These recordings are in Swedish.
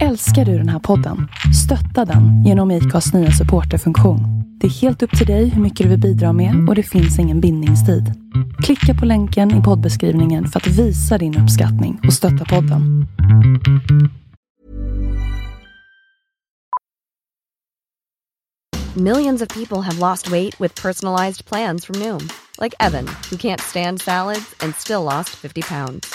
Älskar du den här podden? Stötta den genom IKAs nya supporterfunktion. Det är helt upp till dig hur mycket du vill bidra med och det finns ingen bindningstid. Klicka på länken i poddbeskrivningen för att visa din uppskattning och stötta podden. Millions of people have lost weight with personalized plans from Noom, like Evan, who can't stand salads and still lost 50 pounds.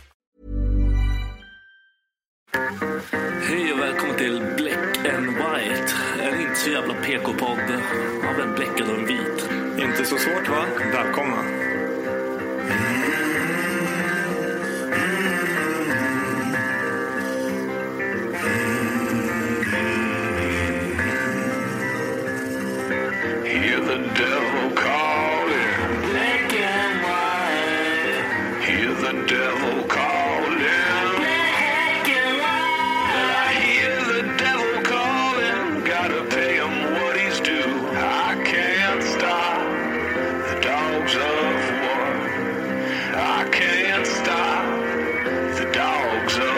Hej och välkommen till Black and White. En inte så jävla PK-podd av en bläckad och en vit. Inte så svårt va? Välkomna. Hear the devil calling. Black and white. Hear the devil calling. Black and white. I hear the devil calling. Gotta pay him what he's due. I can't stop the dogs of war. I can't stop the dogs of war.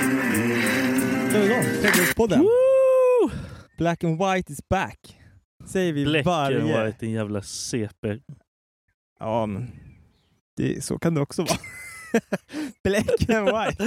Då är vi igång. Trädgårdspodden. Black and white is back. Säger vi Black varje... and White, din jävla CP. Ja, men det, så kan det också vara. Black and white.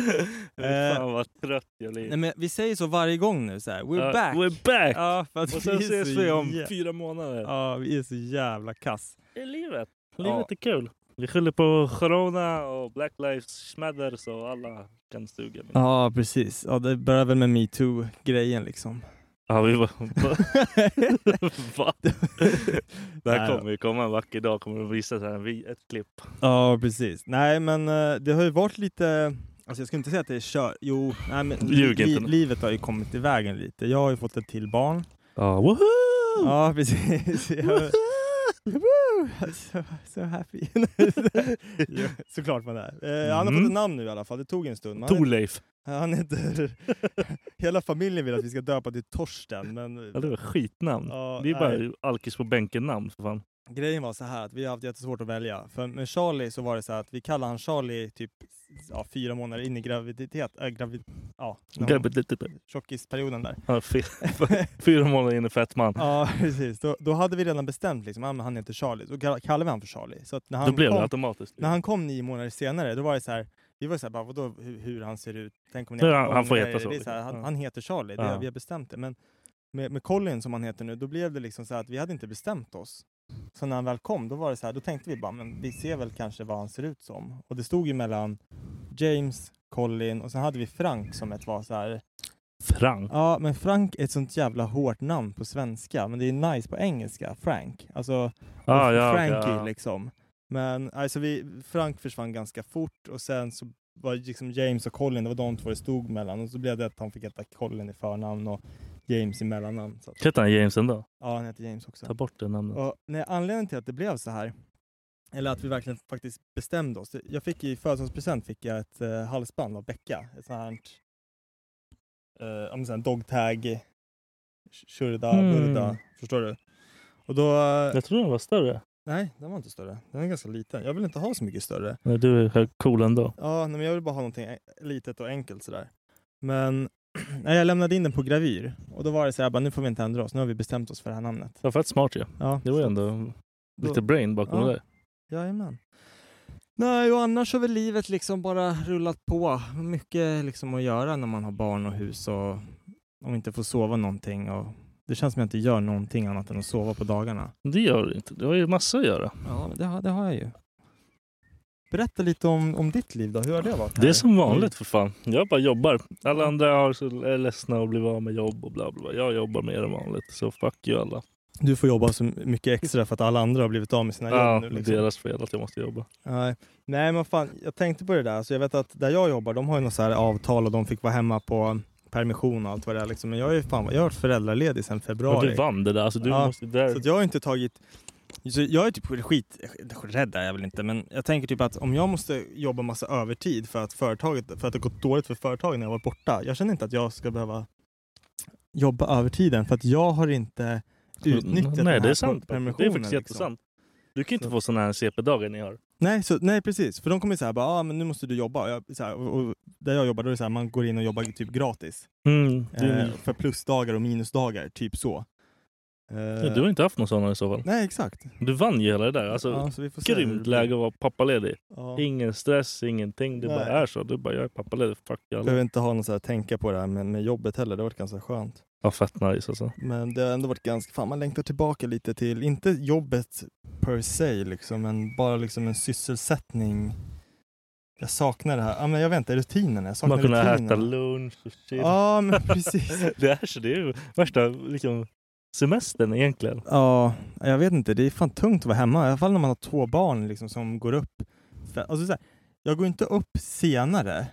Eh, Fan vad trött jag Nej, blir. men vi säger så varje gång nu. Så här. We're Ja, back. We're back! Ja, för att och sen vi är ses så vi om jä- fyra månader. Ja, vi är så jävla kass. Det är livet. Ja. Livet är kul. Vi skyller på corona och Black Lives Matter så alla kan stuga. Ja, precis. Ja, det börjar väl med metoo-grejen liksom. Ja, vi bara... Va? Det Nej, här kommer ju komma en vacker dag. Kommer de visa så här, vi- ett klipp. Ja, precis. Nej, men eh, det har ju varit lite... Alltså jag skulle inte säga att det är kör... Jo, nej, men Ljug inte nu. livet har ju kommit i vägen lite. Jag har ju fått ett till barn. Ja, woho! Oh. Ja, precis. Jag, Woo! so, so happy. jo, såklart man är. Eh, han har fått Mm. ett namn nu i alla fall. Det tog en stund. men Han, Torleif. het- han heter... Hela familjen vill att vi ska döpa till Torsten, men... Ja, det var skitnamn. Ja, det är nej. bara alkis på bänken-namn för fan. Grejen var så här att vi har haft jättesvårt att välja. För med Charlie så var det så här att vi kallade han Charlie typ ja, fyra månader in i graviditet. Äh, gravid, ja, någon Ja. men- tjockisperioden där. Ja, fy- Fyra månader in i fett man. Ja, precis. Då, då hade vi redan bestämt liksom, ah, men han heter Charlie. Då kall- kallade vi han för Charlie. Så att när han Då blev kom, det automatiskt. När han kom nio månader senare, då var det så här, vi var så här, bara, vadå, hur, hur han ser ut? Tänk om ni Ja, han- han om- får nej, heta så, Det är så här, liksom. han, Ja. han heter Charlie, det, Ja. vi har bestämt det. Men med, med Colin som han heter nu, då blev det liksom så här att vi hade inte bestämt oss. Så när han väl kom, då var det så här, då tänkte vi bara, men vi ser väl kanske vad han ser ut som. Och det stod ju mellan James, Colin och sen hade vi Frank som ett var så här, Frank. ja men Frank är ett sånt jävla hårt namn på svenska, men det är nice på engelska, Frank. Alltså Ah, och ja, Frankie ja. liksom. Men alltså vi, Frank försvann ganska fort och sen så var liksom James och Colin, det var de två det stod mellan och så blev det att han fick heta Colin i förnamn och James i mellannamn. Så att, Hette han James ändå? ja, han heter James också. Ta bort det namnet. Och, nej, anledningen till att det blev så här, eller att vi verkligen faktiskt bestämde oss. Jag fick i födelsedagspresent fick jag ett eh, halsband av Becka, ett sånt här eh, ja, men sån här dogtag, shurda, Mm. burda. Förstår du? Och då... Jag tror den var större. Nej, den var inte större. Den är ganska liten. Jag vill inte ha så mycket större. Nej, du är cool ändå. Ja, nej, men jag vill bara ha någonting e- litet och enkelt sådär. Men nej, jag lämnade in den på gravyr och då var det så här, jag bara, nu får vi inte ändra oss. Nu har vi bestämt oss för det här namnet. Det var fett smart ju. Ja, Det var ju så- ändå då- lite brain bakom Ja. det där. Jajamän. Nej, och annars har väl livet liksom bara rullat på. Mycket liksom att göra när man har barn och hus och om inte får sova någonting. Och det känns som jag inte gör någonting annat än att sova på dagarna. Men Det gör du inte. Du har ju massa att göra. Ja, men det har, det har jag ju. Berätta lite om, om ditt liv då. Hur har det varit? Det är som Mm. vanligt för fan. Jag bara jobbar. Alla andra har så- är ledsna och blir av med jobb och bla bla. bla. Jag jobbar mer än vanligt. Så fuck you alla. Du får jobba så mycket extra för att alla andra har blivit av med sina jobb Ja, nu. det är Liksom. deras fel att jag måste jobba. Nej. Nej men fan, jag tänkte på det där. Så jag vet att där jag jobbar, de har ju något så här avtal och de fick vara hemma på permission och allt vad det är. Liksom. Men jag är ju fan, jag har varit föräldraledig sedan Men februari. du vann det där. Alltså, du Ja, måste, där. Så att jag har inte tagit... Så jag är typ skit... Rädd är jag väl inte, men jag tänker typ att om jag måste jobba massa övertid för att, företaget, för att det gått dåligt för företaget när jag varit borta. Jag känner inte att jag ska behöva jobba övertiden för att jag har inte utnyttjat den Mm, Nej, här det är sant. Det är permissionen. faktiskt liksom. jättesant. Du kan ju inte Så- få sådana här CP-dagar ni har. Nej, så, nej precis, för de kommer ju säga bara, ah, men nu måste du jobba. Och Jag, så här, och, och där jag jobbar då är det så här, man går in och jobbar typ gratis. Mm, du, Eh, för plusdagar och minusdagar, typ så. Eh, du har inte haft någon sån i så fall. Nej, exakt. Du vann ju hela det där. Alltså, Ja, så vi får se hur det grymt blir. läge att vara pappaledig. Ja. Ingen stress, ingenting. Det Nej. bara är så. Du bara, jag är pappaledig. Fuck you alla. Behöver inte ha något så här tänka på det här med, med jobbet heller, det har varit ganska skönt. Ja, fett nice alltså. Men det har ändå varit ganska, fan man längtar tillbaka lite till, inte jobbet per se liksom, men bara liksom en sysselsättning. Jag saknar det här, ja men jag vet inte, rutinerna. Jag saknar Man kunde rutinerna. äta lunch och shit. Ja men precis. Det är så. Det är ju värsta liksom, semestern egentligen. Ja, jag vet inte. Det är fan tungt att vara hemma. I alla fall när man har två barn liksom, som går upp. För- Alltså, så här, jag går inte upp senare.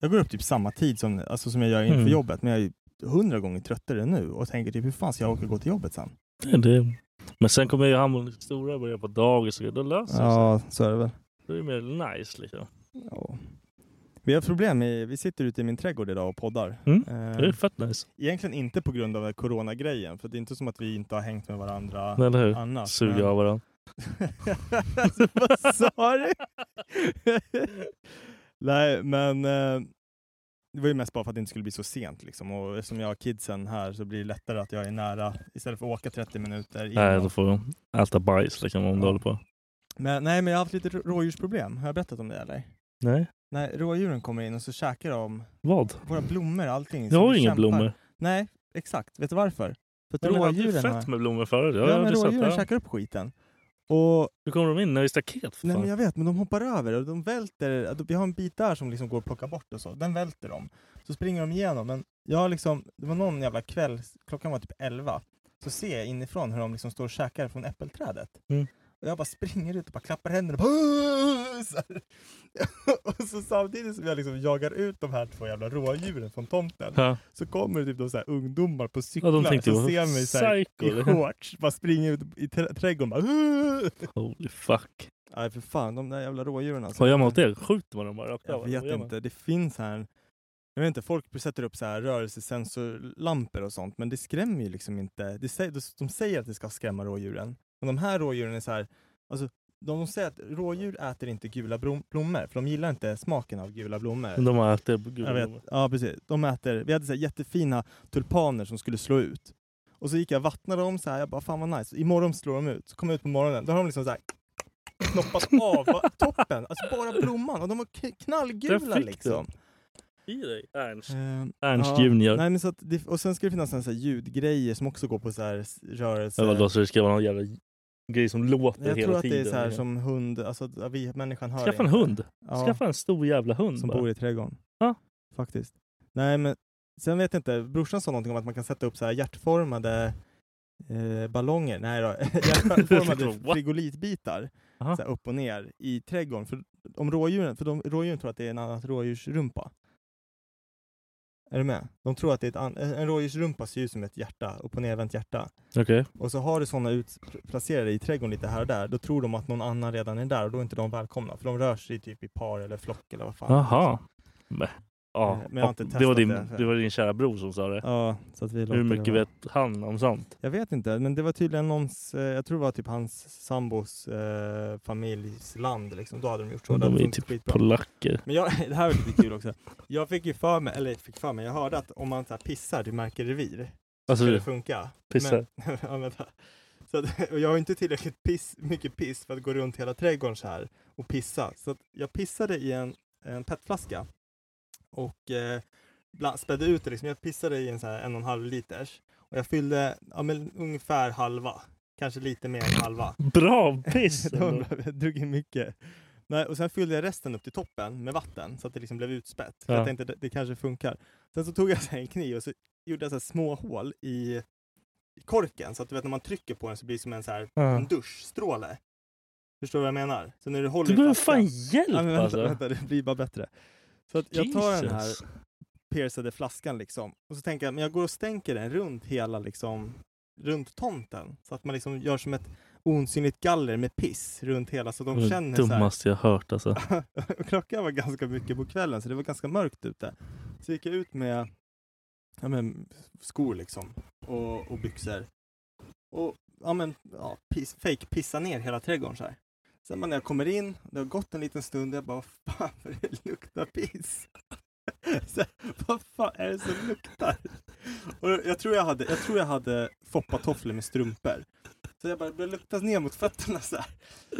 Jag går upp typ samma tid som, alltså, som jag gör inför Mm. jobbet, men jag är ju hundra gånger tröttare nu och tänker typ hur fan ska jag orka gå till jobbet sen? Det, det. Men sen kommer ju han och stora börja på dagis och då löser det sig. så är det väl. Då är det mer nice liksom. Ja. Vi har problem. I, vi sitter ute i min trädgård idag och poddar. Mm. Eh, Det är fett nice. egentligen inte på grund av coronagrejen, för det är inte som att vi inte har hängt med varandra Eller hur? annars. men- Suga av varandra. alltså, vad sa du? Nej, men eh, det var ju mest bara för att det inte skulle bli så sent liksom. Och eftersom jag har kidsen här så blir det lättare att jag är nära istället för att åka 30 minuter. Nej, innan. då får du äta bajs liksom om du Ja. håller på. Men, nej, men jag har haft lite rå- rådjursproblem. Har jag berättat om det eller? Nej, Nej, rådjuren kommer in och så käkar de vad? våra blommor och allting. Jag så har vi ju inga kämpar. blommor. Nej, exakt. Vet du varför? För att Jag menar, det är rådjuren, har... fett med blommor förut. Jag ja, har men aldrig sett rådjuren det. käkar upp skiten. Och Hur kommer de in? När det är staket? För Nej fan. men jag vet, men de hoppar över och de välter. Vi har en bit där som liksom går att plocka bort och så. Den välter de. Så springer de igenom. Men jag har liksom, det var någon jävla kväll, klockan var typ 11. Så ser jag inifrån hur de liksom står och käkar från äppelträdet. Mm. Och jag bara springer ut och bara klappar händerna. Bara, så här. och så samtidigt som jag liksom jagar ut de här två jävla rådjuren från tomten. Ja. Så kommer det typ de så här ungdomar på Ja, cyklar de tänkte som ju, ser mig så här, psycho. i shorts. Bara springer ut i trä- trädgården. Bara, Holy fuck. Nej för fan, de där jävla rådjuren alltså. Vad gör man åt det? Skjuter man dem bara rakt Jag av, eller vet vad gör man? inte, det finns här, jag vet inte, folk sätter upp så här rörelsesensorlampor och sånt, men det skrämmer ju liksom inte. Det säger, de säger att det ska skrämma rådjuren, men de här rådjuren är så här, alltså de säger att rådjur äter inte gula brom- blommor, för de gillar inte smaken av gula blommor. De har ätit gula Jag vet. blommor. Ja, precis. De äter, vi hade så här jättefina tulpaner som skulle slå ut. Och så gick jag och vattnade dem så här, jag bara fan vad nice. Imorgon slår de ut. Så kom jag ut på morgonen, då har de liksom så här knoppat av bara toppen, alltså bara blomman. Och de var k- Där knallgula fick du. liksom. I dig, Ernst. Ehm, Ernst ja. Junior. Nej, men så att det, och sen ska det finnas en så här ljudgrejer som också går på så här s- rörelse. Ja, vadå, så det ska vara någon jävla grej som låter jag tror hela att det tiden? är så här som hund, alltså att vi människan hör Skaffa en inte. hund. Ja. Skaffa en stor jävla hund Som bara. bor i trädgården. Ja. Faktiskt. Nej men sen vet jag inte, brorsan sa någonting om att man kan sätta upp så här hjärtformade eh, ballonger, nej då, hjärtformade What? frigolitbitar Aha. så här upp och ner i trädgården. För, om rådjuren, för de, rådjuren tror att det är en annan rådjursrumpa. Är du med? De tror att det är ett an- en rådjursrumpa ser ut som ett hjärta, upp och nervänt hjärta. Okej. Och så har du sådana utplacerade i trädgården lite här och där, då tror de att någon annan redan är där och då är inte de välkomna. För de rör sig typ i par eller flock eller vad fan. Jaha. Ja, liksom. Men jag har inte det, var testat din, det, för- det var din kära bror som sa det. Ja, så att vi låter Hur det mycket vara. vet han om sånt? Jag vet inte, men det var tydligen någons, eh, jag tror det var typ hans sambos eh, familjs land liksom. Då hade de gjort så. Det De hade är ju funkat typ skitbra. polacker. Men jag, det här var lite kul också. Jag fick ju för mig, eller fick för mig, jag hörde att om man så här pissar, du märker revir. Alltså, ska det funka. pissar? Men, ja, vänta. Så att, och jag har ju inte tillräckligt piss, mycket piss för att gå runt hela trädgården så här och pissa. Så att jag pissade i en, en petflaska och eh, bland, spädde ut det. Liksom. Jag pissade i en, så här, en och en halv liters och jag fyllde ja, men, ungefär halva, kanske lite mer än halva. Bra piss! Det var ändå. bra, jag drog in mycket. Nej, och sen fyllde jag resten upp till toppen med vatten så att det liksom blev utspätt. För Ja. Jag tänkte det, det kanske funkar. Sen så tog jag så här en kniv och så gjorde jag så här små hål i, i korken så att du vet när man trycker på den så blir det som en, så här, Ja. en duschstråle. Förstår du vad jag menar? Så när du håller Du i behöver fan flaskan- hjälp Ja, men vänta, alltså. vänta, det blir bara bättre. Så att jag tar den här Jesus. piercade flaskan liksom. Och så tänker jag, men jag går och stänker den runt hela liksom, runt tomten. Så att man liksom gör som ett osynligt galler med piss runt hela så de Det var det känner så här. dummaste jag hört alltså. Och Klockan var ganska mycket på kvällen så det var ganska mörkt ute. Så gick jag ut med ja, men, skor liksom och, och byxor. Och ja, men, ja, piss, fake pissa ner hela trädgården så här. Sen bara när jag kommer in, det har gått en liten stund, jag bara "Vad fan vad det luktar piss. Så, vad fan är det som luktar? Och jag tror jag hade, jag tror jag hade foppatofflor med strumpor. Så jag bara, det luktas ner mot fötterna så här.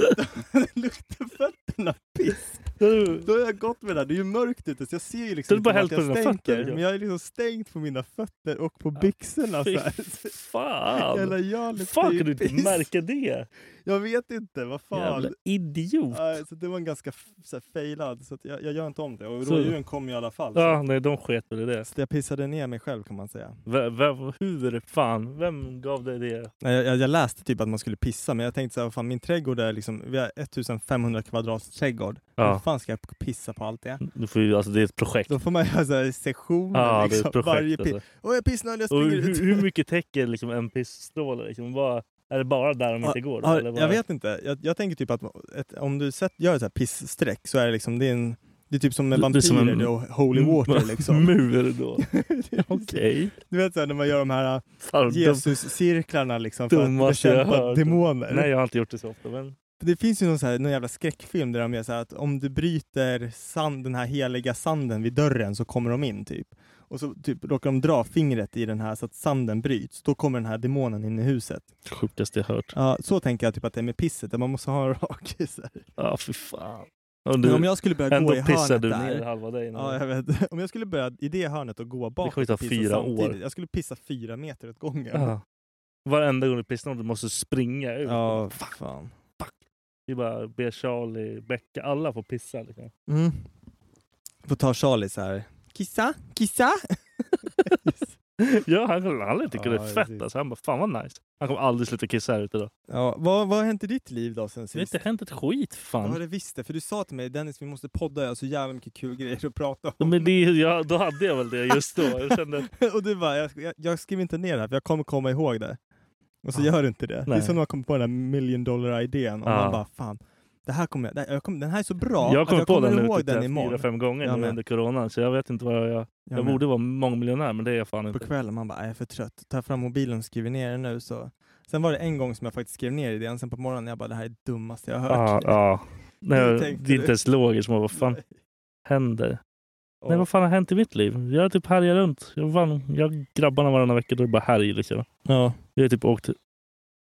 Det luktar fötterna piss. Du- Då har jag gått med det här. Det är ju mörkt ute så jag ser ju liksom Du bara inte vart hällt på jag dina fötter, stänker. ja. Men jag är liksom stängt på mina fötter och på byxorna Fy så här. Jävla fan! jag luktar Fan ju kan du inte piss. märka det? Jag vet inte, vad fan. Jävla idiot! Nej, så det var en ganska f- så här, failad, så att jag, jag gör inte om det. Och Så- rådjuren kom ju i alla fall. Så. Ja, nej de sket väl i det. Så jag pissade ner mig själv kan man säga. V- vem, hur fan, vem gav dig det? Nej, Jag, jag, jag läste typ att man skulle pissa, men jag tänkte så här, vad fan min trädgård är liksom, vi har 1500 kvadrats trädgård. Ja. Hur fan ska jag pissa på allt det? Du får ju, alltså det är ett projekt. Då får man göra så här sektioner, Ja, det är liksom, ett varje projekt piss. alltså. Åh, jag pissnödig, jag Och springer hur, ut. hur mycket täcker liksom en pissstråle? Liksom, vad, är det bara där de inte går? Då, Ja, eller vad? jag vet inte. Jag, jag tänker typ att ett, om du sett, gör ett så här pissstreck så är det liksom, det är, en, det är typ som med Det- det är vampyrer som en- och holy water liksom. Mm. Mur då? Okej. Du vet såhär när man gör de här Fan, dum- Jesus-cirklarna liksom för att Dummaste jag bekämpa hört. demoner. Nej, jag har inte gjort det så ofta. Men... Det finns ju någon, så här, någon jävla skräckfilm där de gör så här att om du bryter sand, den här heliga sanden vid dörren så kommer de in typ. Och så typ råkar de dra fingret i den här så att sanden bryts. Då kommer den här demonen in i huset. Sjukaste jag hört. Ja, så tänker jag typ att det är med pisset, att man måste ha en rakis. här. Ja, fy fan. Och Men du, om jag skulle börja ändå gå i pissar hörnet du där. ner halva dig. nu. Ja, jag vet. Om jag skulle börja i det hörnet och gå bakåt. kommer ta och pissa fyra år. samtidigt, Jag skulle pissa fyra meter åt gången. Ja. Varenda gång du pissar något, du måste springa ut. Ja, fan. Vi bara ber Charlie, Becka, alla får pissa. Liksom. Mm. Får ta Charlie så här. Kissa, kissa. Ja, han kommer aldrig tycka Ja, det är precis. fett. Alltså. Han bara, fan vad nice. Han kommer aldrig sluta kissa här ute då. ja, vad, vad har hänt i ditt liv då sen Det har sist? inte hänt ett skit Ja, fan. det visste För du sa till mig Dennis, vi måste podda. Jag har så jävla mycket kul grejer att prata om. Men det, ja, då hade jag väl det just då. Jag kände, och du bara, jag, jag, jag skriver inte ner det här för jag kommer komma ihåg det. Och så Ja. gör du inte det. Det Nej. är som när man kommer på den här million dollar idén och Ja. man bara, fan. Det här kommer, jag- det här, jag kommer, den här är så bra jag att kommer jag på kommer den nu ihåg typ den så här imorgon. fyra, fem gånger Jag nu med. under coronan. Så jag vet inte vad jag... Jag, Jag med. borde vara mångmiljonär, men det är jag fan inte. på kvällen. Man bara, "Nej, jag är för trött. Tar fram mobilen och skriver ner det nu. Så. Sen var det en gång som jag faktiskt skrev ner idén. Sen på morgonen jag bara, det här är det dummaste jag har Ja, hört. Ah, ja. Nej, Hur det är tänkte inte du? ens logiskt. men Vad fan händer? Nej, vad fan har hänt i mitt liv? Jag har typ härjat runt. Jag, fan, jag grabbarna varannan vecka, då är det bara härj. Liksom. Ja. Jag har typ åkt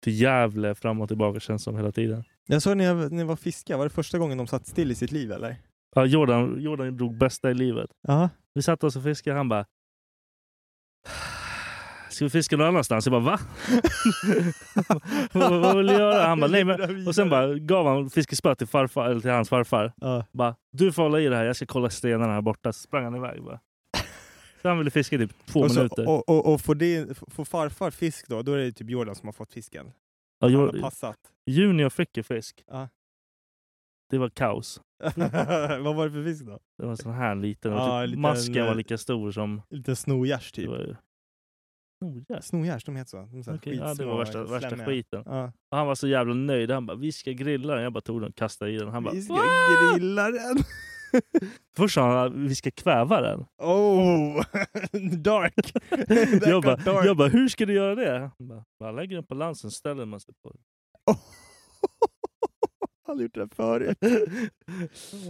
till Gävle fram och tillbaka känns som hela tiden. Jag såg när jag, när jag var fiska, var det första gången de satt still i sitt liv eller? Ja, Jordan, Jordan drog bästa i livet. Ja. Vi satt oss och fiskade han bara... Ska vi fiska någon annanstans? Jag bara va? vad, vad vill du göra? Han bara nej men... Och sen bara gav han fiskespö till, farfar, eller till hans farfar. Ja. Bara, du får hålla i det här, jag ska kolla stenarna här borta. Så sprang han iväg bara. Så han ville fiska i typ två Och, så, minuter. och, och, och får, det, får farfar fisk då, då är det typ Jordan som har fått fisken. ja, Han har jo, passat. junior fick ju fisk. Ja. Det var kaos. Vad var det för fisk då? Det var en sån här liten. och Ja, typ, en liten, masken var eh, lika stor som... Lite snorgärs typ. Det var ju... Oh, yes. Snorgärs, de heter så. De är så här Okej, ja, det skitsmå, var värsta, värsta slemmiga. skiten. Ja. Och han var så jävla nöjd. Han bara, vi ska grilla den. Jag bara tog den och kastade i den. Han bara, Vi ska "Wow!" grilla den. Först sa han vi ska kväva den. Oh, dark! Jag bara, jag bara, hur ska du göra det? Han bara, Man lägger den på lansen, ställer man sig på den. Han har gjort det förut.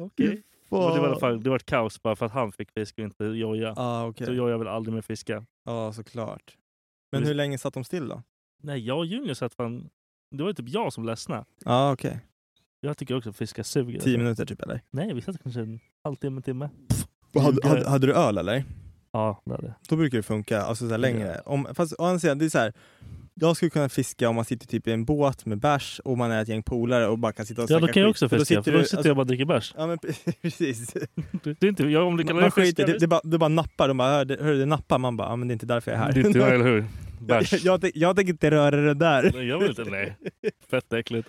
Okej. Och Det var i alla fall det var ett kaos bara för att han fick fisk och inte Joja. Ah, okej. Så Joja vill aldrig mer fiska. Ja, såklart. Men Visst. hur länge satt de still då? Nej, jag och Junior satt fan... Det var ju typ jag som ledsnade. Ja, okej. Jag tycker också att fiska suger. Tio minuter typ eller? Nej, vi satt kanske en halvtimme, en timme. Hade, Ljugare. hade, hade du öl eller? Ja, det är det. Då brukar det funka, alltså så här längre. Om, fast å andra sidan, det är så här. Jag skulle kunna fiska om man sitter typ i en båt med bärs och man är ett gäng polare och bara kan sitta och Ja, då snacka kan jag skit. också För fiska. För då sitter, du- alltså- jag bara och dricker bärs. Ja men precis. Det är inte, jag, om du kallar Man det skiter, fiska... det, det, bara, det bara nappar. De bara hör, det, hör, det nappar. Man bara, ja men det är inte därför jag är här. Det är inte jag, eller hur? Bärs. jag, jag, tänk- jag tänker inte röra det där. Nej, jag vill inte. Nej. Fett äckligt.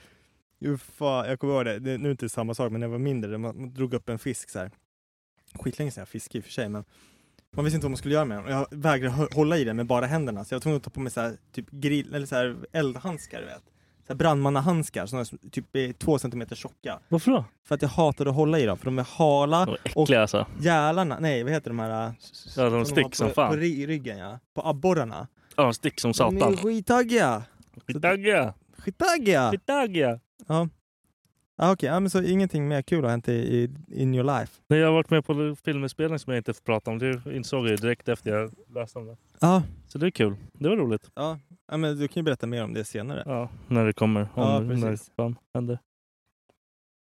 Jo, fan, jag kommer ihåg det. det. Nu är det inte samma sak, men när jag var mindre, man, man drog upp en fisk så här. Skitlänge sedan jag fiskade i och för sig, men man visste inte vad man skulle göra med den. Och Jag vägrade hå- hålla i den med bara händerna, så jag var tvungen att ta på mig så här, typ grill, eller så här eldhandskar, du vet. Så här brandmannahandskar, såna som typ är två centimeter tjocka. Varför då? För att jag hatade att hålla i dem, för de är hala. De är äckliga alltså. Gälarna, nej vad heter de här? äh, s- Ja, de har stick på, som På fan. ry- ryggen ja, på abborrarna. Ja, de stick som De är satan. ju skittaggiga! Skittaggiga! Skittaggiga! Skittaggiga! Ah, Okej, ja, men så ingenting mer kul har hänt i, i in your life? Nej, jag har varit med på filminspelning som jag inte får prata om. Det insåg jag ju direkt efter jag läste om det. Ja, Så det är kul. Det var roligt. ja. ja men du kan ju berätta mer om det senare. Ja, när det kommer. Om, Ja, när det precis. fan händer.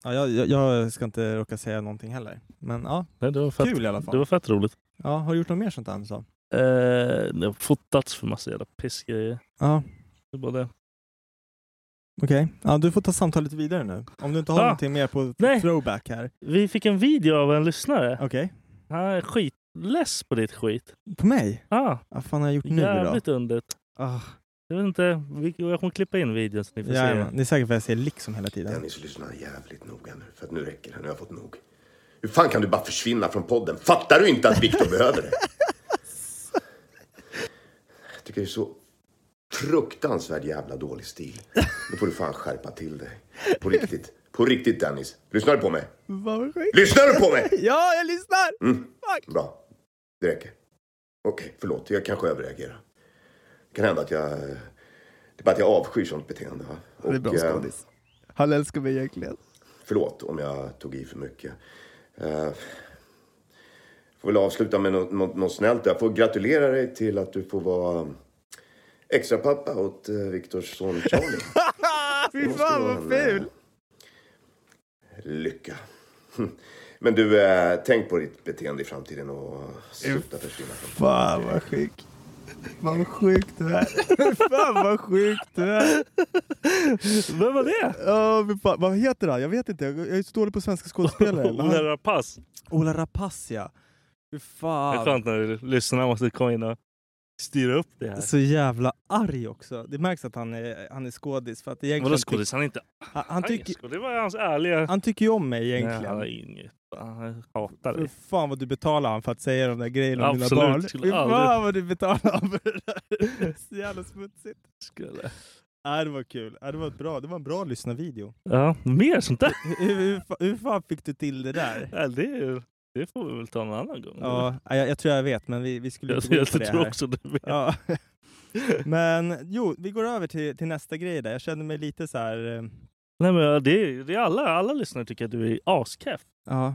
Ja, jag, jag- jag ska inte råka säga någonting heller. Men ja, Nej, det var fett, kul i alla fall. Det var fett roligt. Ja, har du gjort något mer sånt där Anders? då? Eh, det har fotats för massa jävla pissgrejer. Ja, Det är bara det. okej. Ja, du får ta samtalet vidare nu. Om du inte har Ah. någonting mer på Nej. throwback här. Vi fick en video av en lyssnare. Okej. Han är skitless på ditt skit. På mig? Ah, Vad fan har jag gjort nu då? jävligt undert. Ah, Jag vet inte. vi- Jag kommer klippa in videon så ni får jajamän. se. det är säkert för att jag säger liksom hela tiden. Dennis, lyssna jävligt noga nu. För att nu räcker det. Nu har jag fått nog. Hur fan kan du bara försvinna från podden? Fattar du inte att Viktor behöver det? Jag tycker det är så fruktansvärd jävla dålig stil. Nu får du fan skärpa till dig. På riktigt. På riktigt Dennis. Lyssnar du på mig? Vad skit. Lyssnar du på mig? Mm, Ja, jag lyssnar! Bra. Det räcker. Okej, förlåt. Jag kanske överreagerar. Det kan hända att jag... Det är bara att jag avskyr sånt beteende. Va? Det är bra Och, eh, skådis. Han älskar mig egentligen. Förlåt om jag tog i för mycket. Eh, får väl avsluta med något, något, något snällt. Jag får gratulera dig till att du får vara extra pappa åt eh, Viktors son Charlie. Fy måste fan vara vad en, eh, ful! Lycka. Men du, eh, tänk på ditt beteende i framtiden och sluta försvinna från Fan vad sjuk. Vad sjuk du är. Fan vad sjuk du är. Vem var det? Åh, fy fan. Vad heter han? Jag vet inte. Jag jag är så dålig på svenska skådespelare. Vad Ola han- Rapace. Ola Rapace ja. Det Fy är fan. skönt när lyssnarna måste komma in och styra upp det här. Så jävla arg också. Det märks att han är, han är skådis. För att egentligen Vadå skådis? Han är inte tyck- Han, han, tycker, tycker... Det var hans ärliga... han tycker ju om mig egentligen. Nej, han har inget. Han hatar Fy dig. fan vad du betalar han för att säga de där grejerna om mina Absolut, barn. skulle Fy fan aldrig- vad du betalar han för det där. Så jävla smutsigt. Skulle. Nej, det var kul. Nej, det, var ett bra, det var en bra lyssnarvideo. Ja, mer sånt där. Hur, hur, hur, fa- hur fan fick du till det där? Ja, det, är- det får vi väl ta någon annan gång. Ja, nej, jag, jag tror jag vet, men vi, vi skulle jag, inte gå in jag på det tror här. också du vet. Ja. Men jo, vi går över till, till nästa grej där. Jag känner mig lite så här... eh, Nej, men ja, det, är- det är alla, alla lyssnare tycker att du är askeff. Ja.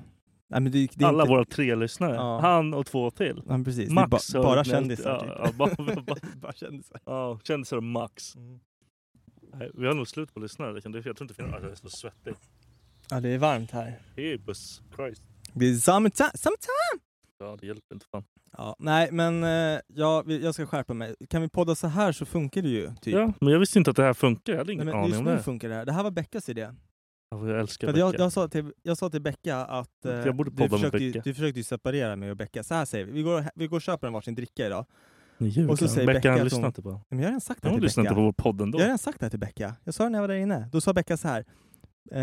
Nej, men det, det är Alla inte, våra tre lyssnare. Ja. Han och två till. Ja, men precis. Det är Max ba, och- bara nej, kändisar. ja, typ. ja, bara- bara- bara kändisar. Ja, kändisar och Max. Mm. Nej, vi har nog slut på lyssnare. liksom. Det- Jag tror inte vi har... Alltså, jag är så svettig. Ja, det är varmt här. Jesus Christ. Det är summertime! summertime! Ja, det hjälper inte fan. Ja, nej, men eh, ja, vi- jag ska skärpa mig. Kan vi podda så här så funkar det ju. Typ. Ja, men jag visste inte att det här funkar. Jag hade nej, ingen men aning just om nu det. funkar det här. Det här var Beckas idé. Ja, jag älskar För att jag, Becka. jag, sa till, jag sa till Becka att eh, Jag borde podda du, med försökte ju, Becka. du försökte ju separera mig och Becka. Så här säger vi, vi går, vi går och köper en varsin dricka idag. Ni ljuger. och så säger Becka Becka att han hon- lyssnar inte på. Men jag har redan sagt det här Hon till lyssnar inte på Becka. vår podd ändå. Jag har redan sagt det här till Becka. Jag sa det när jag var där inne. Då sa Becka så här. Eh,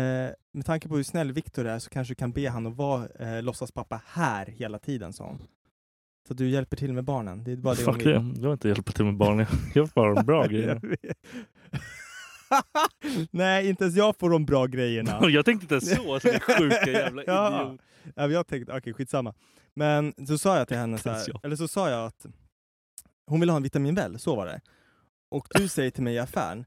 med tanke på hur snäll Viktor är så kanske du kan be han att vara eh, låtsaspappa här hela tiden, sa hon. Så att du hjälper till med barnen. Det är bara det hon Fuck vill. det. Jag har inte hjälpt till med barnen. Jag har bara de bra grejerna. Jag vet. Nej, inte ens jag får de bra grejerna. Jag tänkte inte ens så. Alltså, det sjuka jävla Ja. idiot. Ja, men Jag tänkte, okej skitsamma. Men så sa jag till henne så här, eller så sa jag att hon ville ha en vitamin väl, så var det. Och du säger till mig i affären,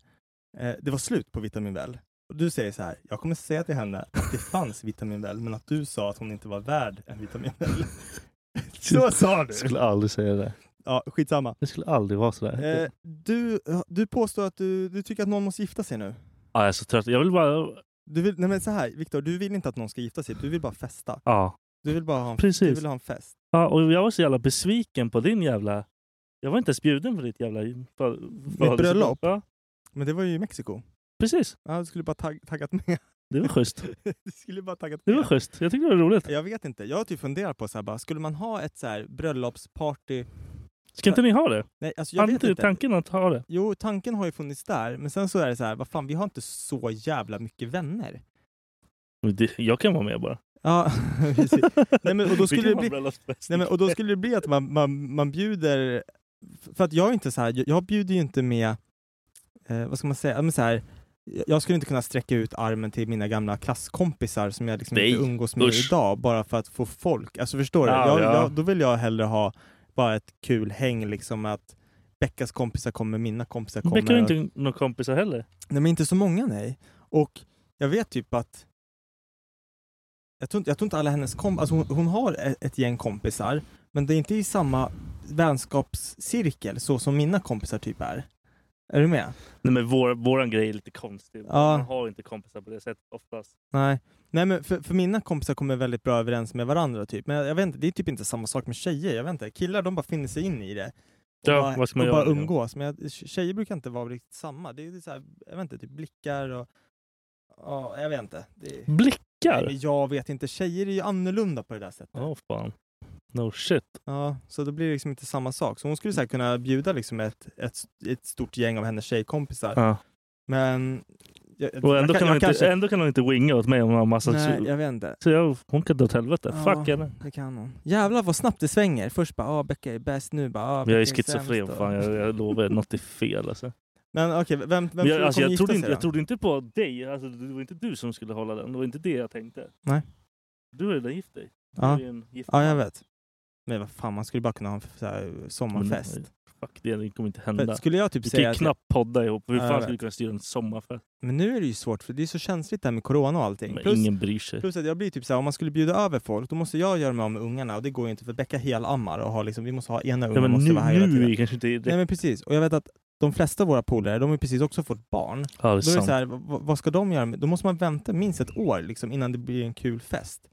eh, det var slut på vitamin väl. Och du säger så här, jag kommer säga till henne att det fanns vitamin väl, men att du sa att hon inte var värd en vitamin väl. så sa du! Jag skulle aldrig säga det. Ja, skitsamma. Det skulle aldrig vara sådär. Eh, du, du påstår att du, du tycker att någon måste gifta sig nu. Ja, jag är så trött. Jag vill bara... Du vill, nej men så här, Viktor, du vill inte att någon ska gifta sig, du vill bara festa. Ja. Du vill bara ha en, Du Precis. vill ha en fest. ja. Och jag var så jävla besviken på din jävla... Jag var inte ens bjuden på ditt jävla... På, Mitt bröllop? Ja, Men det var ju i Mexiko. precis. Ja, du skulle bara tag- taggat med. Det var schysst. du skulle bara taggat Det med. var schysst. Jag tyckte det var roligt. Jag vet inte. Jag har typ funderat på så här, bara, skulle man ha ett så här bröllopsparty? Ska inte ni ha det? Nej, alltså jag Hade vet inte du inte. tanken att ha det? Jo, tanken har ju funnits där, men sen så är det så här, vad fan, vi har inte så jävla mycket vänner. Men det- Jag kan vara med bara. Ja, precis. Nej, men, Vi och, då kan skulle det vara bli, bröllopsfest. nej, men, och då skulle det bli att man, man, man bjuder... För att jag är inte så här, jag- jag bjuder ju inte med... Eh, vad ska man säga? Ja, Men så här, jag- jag skulle inte kunna sträcka ut armen till mina gamla klasskompisar som jag liksom Nej, inte umgås med usch. idag bara för att få folk. Alltså förstår du? Ja, jag, ja. Jag, då vill jag hellre ha bara ett kul häng liksom med att Beckas kompisar kommer, mina kompisar kommer. Becka har inte några kompisar heller. Nej men inte så många nej. Och jag vet typ att jag tror, inte- jag tror inte alla hennes kompisar, alltså hon, hon har e- ett gäng kompisar men det är inte i samma vänskapscirkel så som mina kompisar typ är. Är du med? Nej, men vår, våran grej är lite konstig. Ja. Man har inte kompisar på det sättet oftast. Nej. Nej men för, för mina kompisar kommer väldigt bra överens med varandra typ. Men jag, jag vet inte, det är typ inte samma sak med tjejer. Jag vet inte, killar de bara finner sig in i det. Och Ja, bara, vad ska man och göra bara liksom? umgås. Men jag, tjejer brukar inte vara riktigt samma. Det är så här, jag vet inte, typ blickar och... Ja, jag vet inte. Det... Nej, Blickar? men jag vet inte, tjejer är ju annorlunda på det där sättet. Åh fan. No shit. Ja, så då blir det liksom inte samma sak. Så hon skulle säkert kunna bjuda liksom ett, ett, ett stort gäng av hennes tjejkompisar. Ja. Men... Jag, Och ändå jag kan, hon inte, kanske- ändå alltså, kan hon inte winga åt mig om hon har massa... Nej, jag vet inte. Så jag, hon kan dra åt helvete. Ja. Fuck henne. Det kan hon. Jävlar vad snabbt det svänger. Först bara ah, Becka är bäst, nu bara ah, Men jag är Becka schizofren. sämst och- Fan, jag, jag lovar, er, något är fel alltså. Men okej, vem, vem Men tror jag, du alltså, kommer jag, gifta trodde sig inte, då? jag trodde inte på dig. Alltså, det var inte du som skulle hålla den. Det var inte det jag tänkte. Nej. Du har redan gift dig. Du Ja. är ju en gift Ja, jag man. vet. Men vad fan, man skulle bara kunna ha en så här, Men, sommarfest. Fuck, det kommer inte För hända. skulle jag typ Vi mm, kan säga ju att- knappt podda ihop. Hur Ja, jag fan skulle vi vet. kunna styra en sommarfest? Men nu är det ju svårt, för det är så känsligt det här med corona och allting. Men Plus- ingen bryr sig. Plus att jag blir typ såhär, om man skulle bjuda över folk, då måste jag göra mig av med ungarna och det går ju inte för Becka helammar och har liksom, vi måste ha ena ungen Ja, men måste nu, vara här hela nu är tiden. vi kanske inte rätt. Nej men precis, och jag vet att de flesta av våra polare, de har ju precis också fått barn. ja, det är Då är det sant. såhär, v- v- vad ska de göra? med- Då måste man vänta minst ett år liksom innan det blir en kul fest.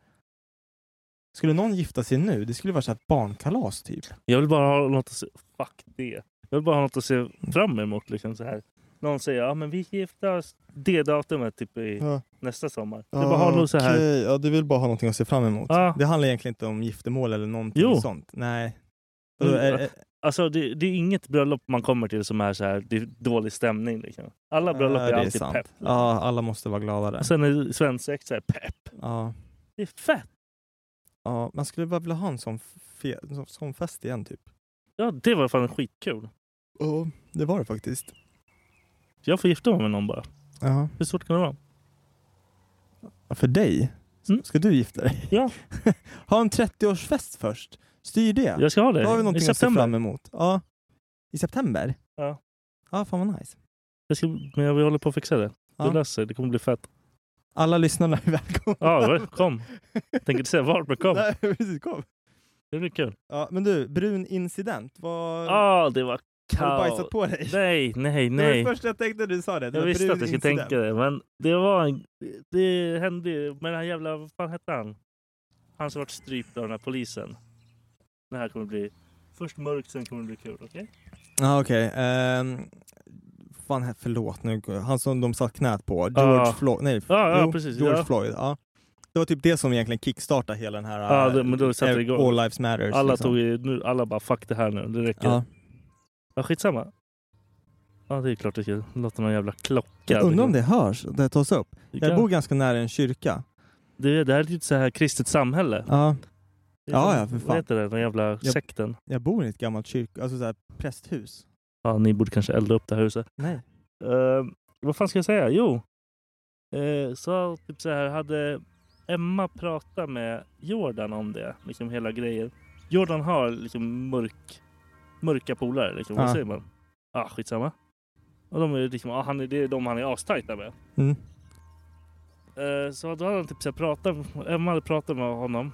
Skulle någon gifta sig nu, det skulle vara så här ett barnkalas typ. Jag vill bara ha något att se... Fuck det. Jag vill bara ha något att se fram emot. Liksom, så här. Någon säger ja men vi gifter oss det datumet typ i Ja. nästa sommar. Jag vill bara ha något så här. Okej, Ja, du vill bara ha någonting att se fram emot. Ja. Det handlar egentligen inte om giftermål eller någonting Jo. sånt. Nej. Mm, Då är- är- Alltså, det, det är inget bröllop man kommer till som är så här, det är dålig stämning. Liksom. Alla bröllop Ja, är det alltid sant. pepp. Alltså- Ja, alla måste vara glada där. Och sen är svensex så här pepp. Ja. Det är fett. Ja, man skulle bara vilja ha en sån, fe- en sån- sån fest igen typ. Ja, det var fan skitkul. Ja, det var det faktiskt. Så jag får gifta mig med någon bara. Ja. Hur svårt kan det vara? För dig? S- Mm. Ska du gifta dig? Ja. ha en 30-årsfest först. Styr det. Jag ska ha det. Då har vi I någonting att se september. fram emot. Ja. I september? Ja. Ja, fan vad nice. Jag ska, men vi håller på att fixa det. Ja. Det löser sig. Det kommer bli fett. Alla lyssnarna är välkomna. Ja, kom. Tänker inte säga vart, men kom. Nej, precis, kom. Det blir kul. Ja, men du, brun incident. Vad... Ja, det var har du kaos. bajsat på dig? Nej, nej, Det var det nej. första jag tänkte när du sa det. det Jag var visste brun att jag skulle incident. tänka det, men det var en, Det hände ju med den här jävla... Vad fan hette han? Han som vart strypt av den här polisen. Det här kommer bli... Först mörkt, sen kommer det bli kul. Okej? Ja okej. Ehm, fan här, förlåt nu. Han som de satt knät på. George Ja. Floyd. Nej, Ja, ja, jo, precis, George ja. Floyd. Ja. Det var typ det som egentligen kickstartade hela den här Ja, eh, det- men då satte det igång. All Lives Matters. Alla liksom. tog ju... Nu, alla bara fuck det här nu. Det räcker. ja. Ja. skitsamma. Ja, det är klart det ska låta någon jävla klocka. Jag undrar om det hörs, det tas upp. Det Jag kan- bor ganska nära en kyrka. Det, det här är ju ett så här kristet samhälle. Ja. Det är som- Ja, ja, för fan. Vad heter det? Den jävla sekten? Jag bor i ett gammalt kyrk, alltså så här prästhus. Ja, ni borde kanske elda upp det här huset. Ehm, Nej. Eh, vad fan ska jag säga? Jo. Eh, så typ så här hade Emma pratar med Jordan om det, liksom hela grejen. Jordan har liksom mörk, mörka polare, liksom. Ja. Vad säger man? Ja, ah, skitsamma. Och de är liksom, ah, han är, det är de han är astajta med. Mm. Eh, Så då hade han typ så här pratat, Emma hade pratat med honom.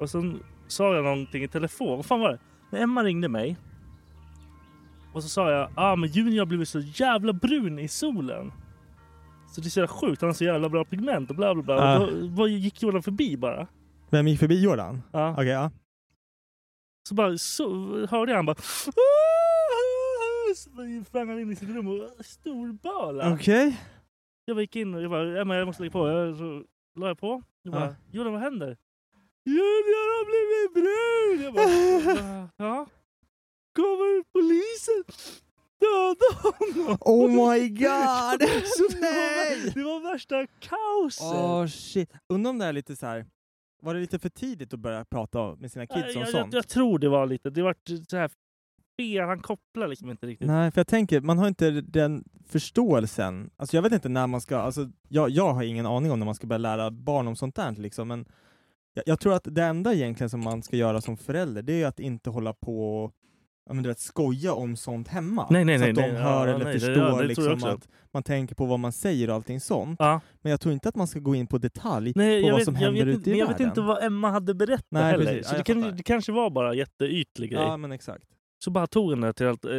Och sen sa jag någonting i telefon. Vad fan var det? När Emma ringde mig. Och så sa jag, ah men Junior har blivit så jävla brun i solen. Så det är så jävla sjukt, han har så jävla bra pigment och bla bla bla. Ah. Och då, vad gick Jordan förbi bara. Vem gick förbi Jordan? Ja. Okej, ja. Så bara så, hörde jag han bara... "Ah, Så sprang han in i sitt rum och storböla. Okej. Jag bara gick in och jag bara, Emma jag måste lägga på. Jag, så la jag på. Jag bara, Ja. Jordan vad händer? Junior har blivit brun! Jag bara, ja. Kommer polisen? Döda honom! Oh my god! Så det, var, det var värsta kaoset! Åh shit. Undrar om det är lite så här. Var det lite för tidigt att börja prata med sina kids jag, om jag, sånt? jag tror det var lite, det var så här fel, han kopplar liksom inte riktigt. Nej, för jag tänker, man har inte den förståelsen. Alltså jag vet inte när man ska, alltså jag, jag har ingen aning om när man ska börja lära barn om sånt där liksom, men jag, jag tror att det enda egentligen som man ska göra som förälder, det är ju att inte hålla på och ja, men du vet, skoja om sånt hemma. Nej, nej, så nej, att de nej. hör Ja, eller nej, det- förstår ja, det tror jag liksom också. att man tänker på vad man säger och allting sånt. Ja. Men jag tror inte att man ska gå in på detalj Nej, på jag vad vet, som jag händer vet, ute inte, i men jag världen. vet inte vad Emma hade berättat Nej, heller. precis. Så Ja, det, jag kan, fattar. det kanske var bara jätteytlig grej. Ja, men exakt. Så bara tog han det till att eh,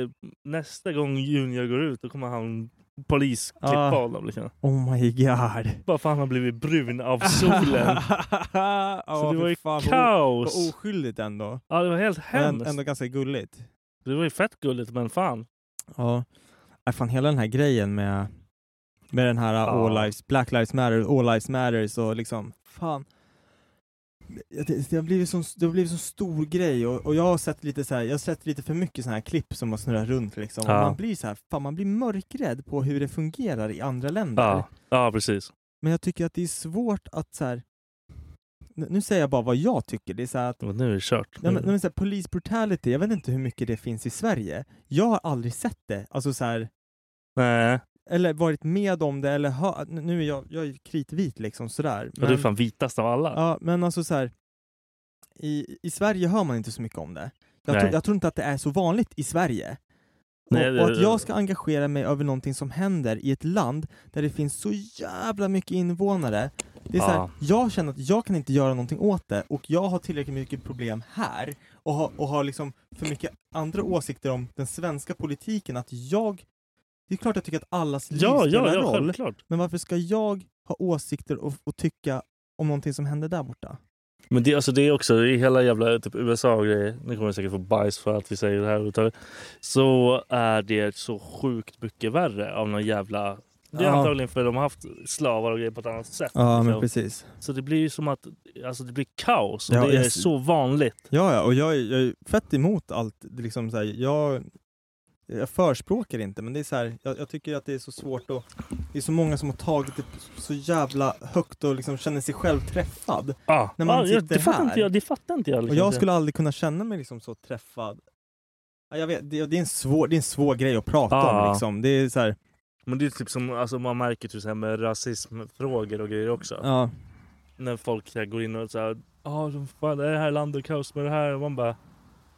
nästa gång Junior går ut då kommer han polis klippa Ja. honom. Liksom. Oh my god. Bara för han har blivit brun av solen. Ja, det fy var ju fan, kaos. Vad oskyldigt ändå. ja, det var helt Men hemskt. ändå ganska gulligt. Det var ju fett gulligt men fan. Ja. Nej, fan hela den här grejen med, med den här äh, Ja. all lives, Black Lives Matter, All Lives Matters och liksom, fan. Det, det, det, har blivit sån, det har blivit så stor grej och, och jag har sett lite så här, jag har sett lite för mycket såna här klipp som har snurrat runt liksom. Och Ja. man blir så här, fan man blir mörkrädd på hur det fungerar i andra länder. Ja, ja precis. Men jag tycker att det är svårt att så här, N- nu säger jag bara vad jag tycker, det är så här att Men nu är det kört. Mm. Nej, men, nej, Nu- men så här, police brutality, jag vet inte hur mycket det finns i Sverige. Jag har aldrig sett det, alltså så här, Nej, eller varit med om det, eller hör, nu är jag, jag är ju kritvit liksom sådär. och Men, du är fan vitast av alla. ja, men alltså så här, i, i Sverige hör man inte så mycket om det. Jag, Nej. tror- jag tror inte att det är så vanligt i Sverige. Nej, och, det- och att jag ska engagera mig över någonting som händer i ett land där det finns så jävla mycket invånare. Det är så här, Ja. jag känner att jag kan inte göra någonting åt det och jag har tillräckligt mycket problem här och har, och har liksom för mycket andra åsikter om den svenska politiken att jag det är klart jag tycker att allas liv ja, spelar ja, ja, roll. självklart. Men varför ska jag ha åsikter och, och tycka om någonting som händer där borta? Men det, alltså det är också i hela jävla typ USA och grejer. Nu kommer jag säkert få bajs för att vi säger det här. överhuvudtaget. Så är det så sjukt mycket värre av någon jävla... Det är Ja. antagligen för att de har haft slavar och grejer på ett annat sätt. liksom. precis. Så det blir ju som att alltså det blir kaos och Ja, det är jag- så vanligt. Ja, ja, och jag, är- jag är fett emot allt. Det är Liksom så här, jag, jag förespråkar inte, men det är så här, jag, jag tycker att det är så svårt och det är så många som har tagit det så jävla högt och liksom känner sig själv träffad. Ja, När man ja, jag- sitter det, fattar här. inte jag, det fattar inte jag. Och liksom. jag skulle aldrig kunna känna mig liksom så träffad. Ja, Jag vet, det, det, är en svår, det är en svår grej att prata Ja. om liksom. Det är så här, Men det är typ som, alltså man märker till exempel med rasismfrågor och grejer också. ja. När folk så här går in och säger ja som fan det är det här landet kaos med det här. Och man bara,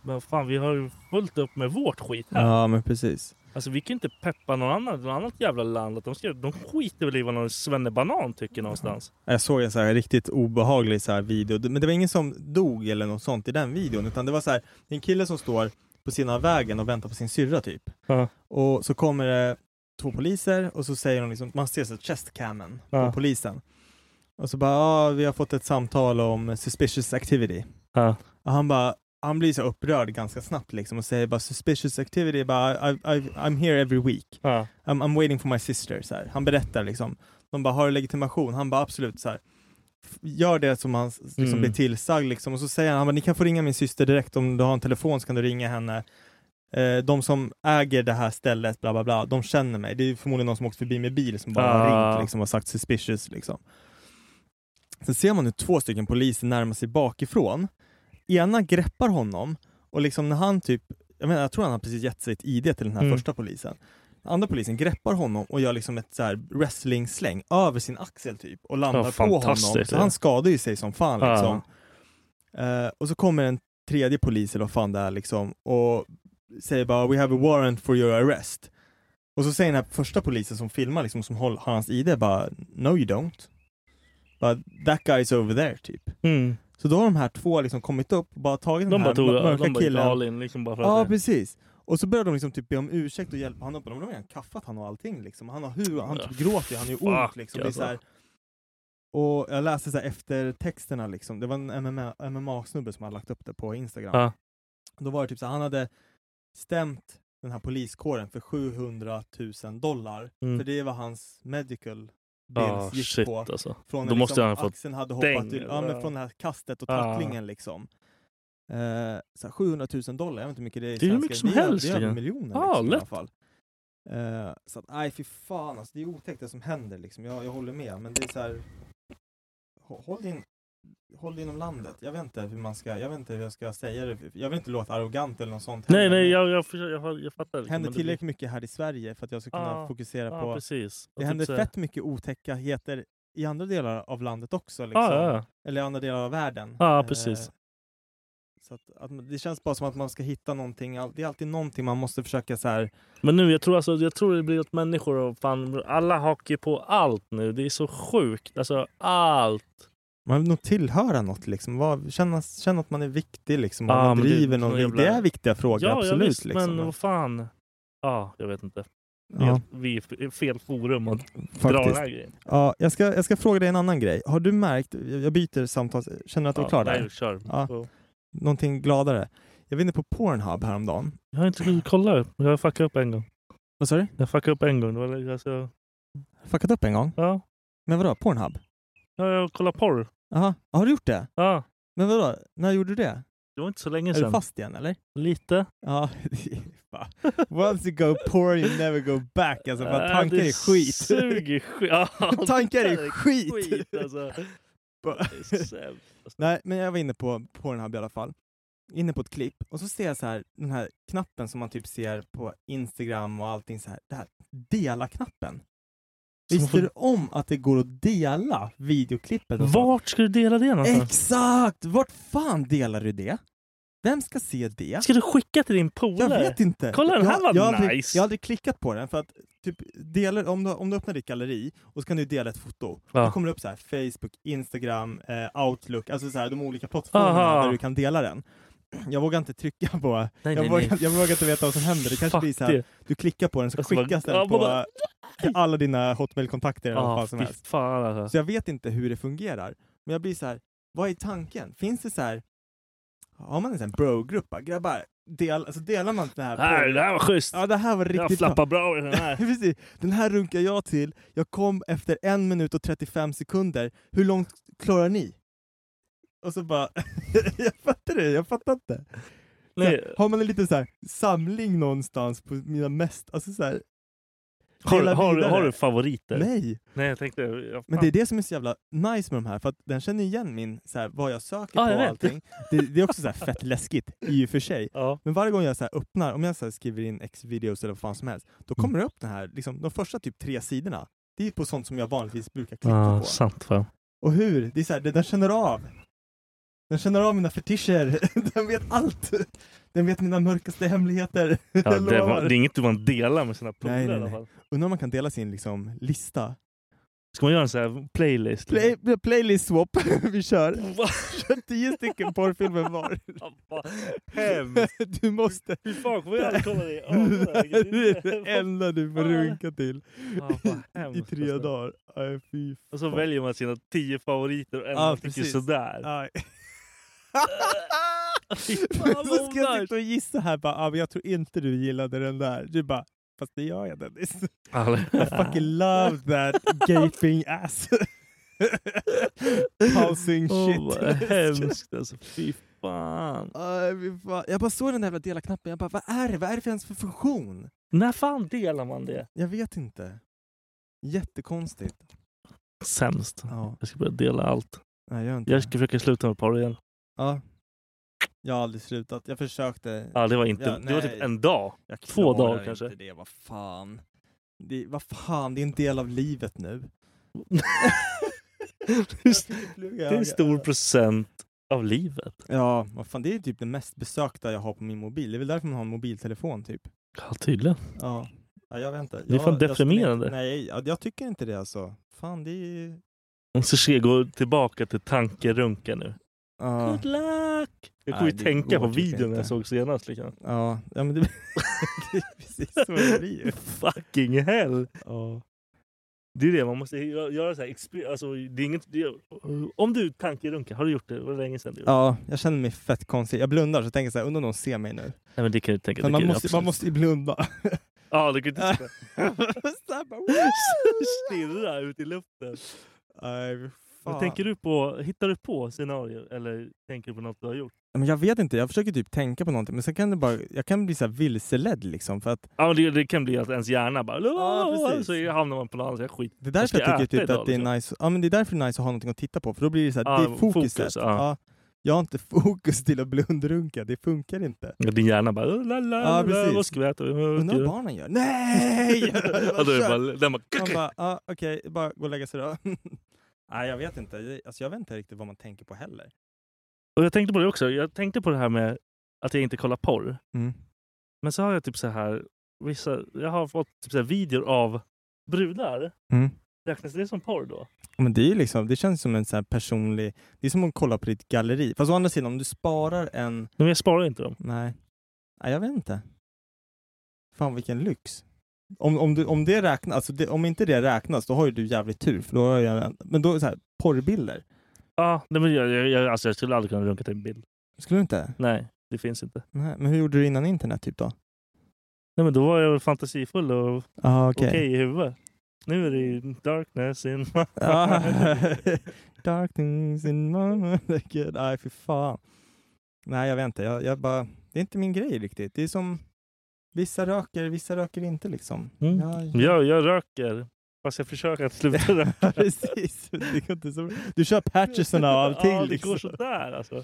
men fan vi har ju fullt upp med vårt skit här. ja, men precis. Alltså vi kan ju inte peppa någon annan, någon annat jävla land att de, ska, de skiter väl i vad någon svennebanan tycker någonstans. Jag såg en så här riktigt obehaglig så här video, men det var ingen som dog eller något sånt i den videon, utan det var så här, det är en kille som står på sidan av vägen och väntar på sin syrra typ. Ja. Och så kommer det två poliser och så säger de liksom, man ser så här chestcamen Ja. på polisen. Och så bara, ja vi har fått ett samtal om suspicious activity. Ja. Och han bara, han blir så upprörd ganska snabbt liksom och säger bara suspicious activity, bara, I, I, I'm here every week. Ja. I'm, I'm waiting for my sister. Så här. Han berättar liksom. De bara, har du legitimation? Han bara, absolut. Så här. F- Gör det som han s- liksom, Mm. blir tillsagd. Liksom. Och så säger han, han bara, ni kan få ringa min syster direkt. Om du har en telefon så kan du ringa henne. Eh, de som äger det här stället, bla bla bla, de känner mig. Det är förmodligen någon som åkt förbi med bil som bara har Ah. ringt liksom, och sagt suspicious. Liksom. Sen ser man hur två stycken poliser närmar sig bakifrån. Ena greppar honom och liksom när han typ, jag menar jag tror han har precis gett sig ett ID till den här Mm. första polisen. Andra polisen greppar honom och gör liksom ett så här wrestling-släng över sin axel typ och landar Ja, på honom. fantastiskt, Så ja. han skadar ju sig som fan Ja. liksom. Eh, och så kommer en tredje polis eller vad fan det är liksom och säger bara “We have a warrant for your arrest”. Och så säger den här första polisen som filmar liksom, som håll- har hans ID bara “No you don't”. But that guy's over there typ. Så då har de här två liksom kommit upp och bara tagit den Mm. De här bara tog mör- mörka de bara gick killen. all in liksom bara för Ja att det. precis. Och så börjar de liksom typ be om ursäkt och hjälpa honom upp. De har redan kaffat han och allting liksom. Han har hur, han typ gråter, han gör ont Fuck, liksom. Det är så här, alltså. och jag läste så här efter texterna liksom. Det var en MMA MMA-snubbe som hade lagt upp det på Instagram. Ja. Då var det typ så här, han hade stämt den här poliskåren för 700 000 dollar. Mm. För det var hans medical bills Ja, gick shit, på. alltså. Från Då när måste liksom, han ha fått axeln hade hoppat däng, ur, ja, men eller? från det här kastet och Ja. tacklingen liksom. Eh, så här 700 000 dollar, jag vet inte hur mycket det är i Det är hur svenska. mycket som det är, helst, Det är över liksom. miljoner Ja, liksom, i alla lätt. fall. Eh, så att, nej fy fan alltså, det är otäckt det som händer liksom. Jag, jag håller med, men det är så här. hå- Håll din, håll dig inom landet. Jag vet inte hur man ska, jag vet inte hur jag ska säga det. Jag vill inte låta arrogant eller något sånt. Nej, heller, men- nej, jag, jag, försöker- jag, jag fattar. det liksom, händer men det blir- tillräckligt mycket här i Sverige för att jag ska kunna Ja, fokusera ja, på... precis. Och Det typ händer så här- fett mycket otäckheter i andra delar av landet också. Liksom. ja, ja. Eller i andra delar av världen. Ja, Eh, precis. Så att, att man- det känns bara som att man ska hitta någonting. All- Det är alltid någonting man måste försöka så här... Men nu, jag tror, alltså, jag tror det blir åt människor och fan, alla hakar ju på allt nu. Det är så sjukt. Alltså allt. Man vill nog tillhöra något liksom. Vad- Känna, känna att man är viktig liksom. Och Ja, man men det- driver det, någon någon, jävla- det är viktiga frågor, ja, absolut. Ja, visst, liksom. men vad fan. Ja, jag vet inte. Ja. Helt- Vi är f- fel forum att dra den här grejen. Ja, jag, ska, jag ska fråga dig en annan grej. Har du märkt, jag byter samtal, känner du att du är Ja, klar där? nej, kör. Ja. Så- Någonting gladare. Jag var inne på Pornhub häromdagen. Jag har inte hunnit kolla. Jag fuckade upp en gång. Vad sa du? Jag fuckade upp en gång. Det var, alltså, Fuckat upp en gång? Ja. Men vadå, Pornhub? ja, jag kollade porr. Jaha, har du gjort det? Ja. Men vadå, när gjorde du det? Det var inte så länge Är sedan. du fast igen eller? Lite. Ja, det är fan. once you go poor you never go back. Alltså, för att Äh, tankar det är skit. Suger skit. Ja, Tankar det är skit. alltså. Det är sämst. Nej, men jag var inne på Pornhub i alla fall. Inne på ett klipp och så ser jag så här den här knappen som man typ ser på Instagram och allting så här. Det här dela-knappen. Som Visste får- du om att det går att dela videoklippet? och så? Vart ska du dela det någonstans? Exakt! Vart fan delar du det? Vem ska se det? Ska du skicka till din polare? Jag vet inte. Kolla den här jag, var jag har aldrig, nice. Jag har aldrig klickat på den för att typ, delar, om, du, om du öppnar ditt galleri och så kan du dela ett foto. Ja. Då kommer det upp så här Facebook, Instagram, eh, Outlook, alltså så här, de olika plattformarna Aha. där du kan dela den. Jag vågar inte trycka på... nej, jag, nej. vågar, jag vågar inte veta vad som händer. Det kanske Fuck blir så här, det. du klickar på den så Jag ska bara- skickas Alltså, Ja, den på, bara- till alla dina Hotmail-kontakter eller vad Ja, fan som Ah, fy helst. fan alltså. Så jag vet inte hur det fungerar. Men jag blir så här, vad är tanken? Finns det så här, har man en sån här bro-grupp? bara, Grabbar, del, alltså delar man det här? på- Nej, det här var schysst. Ja, det här var jag riktigt flappar bra i den här. Precis. Den här runkar jag till. Jag kom efter en minut och 35 sekunder. Hur långt klarar ni? Och så bara, jag fattar det, jag fattar inte. Så Nej. Här, har man en liten så här, samling någonstans på mina mest, alltså så här, Har, dela har, vidare. har du favoriter? Nej, Nej, jag tänkte... Ja, fan. men det är det som är så jävla nice med de här, för att den känner igen min, så här, vad jag söker Ja, på jag och vet. allting. Det, det är också så här fett läskigt i och för sig. Ja. Men varje gång jag så här öppnar, om jag så här skriver in X-videos eller vad fan som helst, då Mm. kommer det upp den här, liksom, de första typ tre sidorna. Det är på sånt som jag vanligtvis brukar klicka Ah, på. sant fan. Och hur? Det är så här, den, den känner av. Den känner av mina fetischer. Den vet allt. Den vet mina mörkaste hemligheter. Ja, Jag det, var, lovar. det är inget man delar med sina polare nej, i nej. alla fall. Undrar om man kan dela sin liksom, lista. Ska man göra en sån här playlist? Play, playlist swap. Vi kör. Va? kör tio stycken porrfilmer var. Vad hemskt! Du måste. Fy fan, kommer jag aldrig kolla det i ögonen? Det är det enda du får fan. runka till Ja, vad hemskt, i tre alltså. dagar. Aj, fy Och så fan. väljer man sina tio favoriter och en Ja, man tycker precis. sådär. Aj. Fy fan, Men så ska jag onajs. sitta och gissa här bara, ah, men jag tror inte du gillade den där. Du bara, fast det gör jag Dennis. I fucking love that gaping ass. Pausing Åh, shit. vad hemskt alltså. Fy fan. Aj, fy fan. Jag bara såg den där jävla dela-knappen, jag bara, vad är det? Vad är det för ens för funktion? När fan delar man det? Jag vet inte. Jättekonstigt. Sämst. Ja, Jag ska börja dela allt. nej, gör inte Jag det. ska försöka sluta med porr igen. Ja. Jag har aldrig slutat. Jag försökte. Ja, det var inte... Ja, det var typ nej. en dag. Jag två klarar dagar kanske. Inte det, vad fan. Det, vad fan, det är en del av livet nu. Det är en stor procent av livet. Ja, vad fan, det är typ det mest besökta jag har på min mobil. Det är väl därför man har en mobiltelefon typ. Ja, tydligen. Ja, ja jag vet inte. Det är fan Jag- jag skulle deprimerande. inte- Nej, jag, jag tycker inte det alltså. Fan, det är ju... Man ska se, gå tillbaka till tankerunka nu. Ja. Good luck! Jag får Nej, ju det tänka på går typ videon inte. jag såg senast. Liksom. Ja, ja men det, det är precis så det blir ju. Fucking hell! Ja. Det är det, man måste gö- göra så här. exper- Alltså, det är inget, det är, om du tankerunkar, har du gjort det? Det var länge sedan du gjorde ja, jag känner mig fett konstig. Jag blundar så tänker jag så här, undrar om någon ser mig nu. det? Nej, men det kan du tänka. Men det man, kan du måste, man absolut. måste ju blunda. Ja, du kan inte sitta Så här bara, stirra ut i luften. Nej, fy Men fan. tänker du på, hittar du på scenarier eller tänker du på något du har gjort? Ja, Men jag vet inte, jag försöker typ tänka på någonting men sen kan det bara, jag kan bli så här vilseledd liksom för att Ja, men det, det kan bli att ens hjärna bara... Ja, precis. så hamnar man på något annat sätt. Skit. det är därför ska jag, tycker äta typ idag, att det är liksom. nice, ja men det är därför det är nice att ha någonting att titta på för då blir det så här, Ja, det är fokuset. fokus, ja. ja. Jag har inte fokus till att blundrunka, det funkar inte. Ja, Din hjärna bara... La, la, la, precis. vad ska vi äta? Undrar vad barnen gör? Nej! Ja, då är det bara, den bara, Man bara, ah, okej, bara gå och lägga sig då. Nej, jag vet inte. Det- Alltså, jag vet inte riktigt vad man tänker på heller. Och jag tänkte på det också. Jag tänkte på det här med att jag inte kollar porr. Mm. Men så har jag typ så här... Vissa, jag har fått typ så här videor av brudar. Mm. Räknas det som porr då? Men det, är ju liksom, det känns som en så här personlig... Det är som att kolla på ditt galleri. Fast å andra sidan, om du sparar en... Men jag sparar inte dem. Nej. Nej, jag vet inte. Fan vilken lyx. Om, om, du, om, det räknas, alltså det, om inte det räknas, då har ju du jävligt tur. För då har jag, men då är det så här, porrbilder. Ja, nej, men jag, jag, jag, alltså jag skulle aldrig kunna runka till en bild. Skulle du inte? Nej, det finns inte. Nej, men hur gjorde du innan internet typ då? Nej, men då var jag väl fantasifull och Ah, okej okej. i huvudet. Nu är det ju darkness in my Ah, mind. Darkness in my mind. Gud, Nej, fy fan. Nej, jag vet inte. Jag, jag bara, det är inte min grej riktigt. Det är som vissa röker, vissa röker inte liksom. Mm. Jag, jag, jag röker, fast jag försöker att sluta röka. precis. Det går inte så... Du kör patchesen och allting. ja, det liksom. går sådär alltså.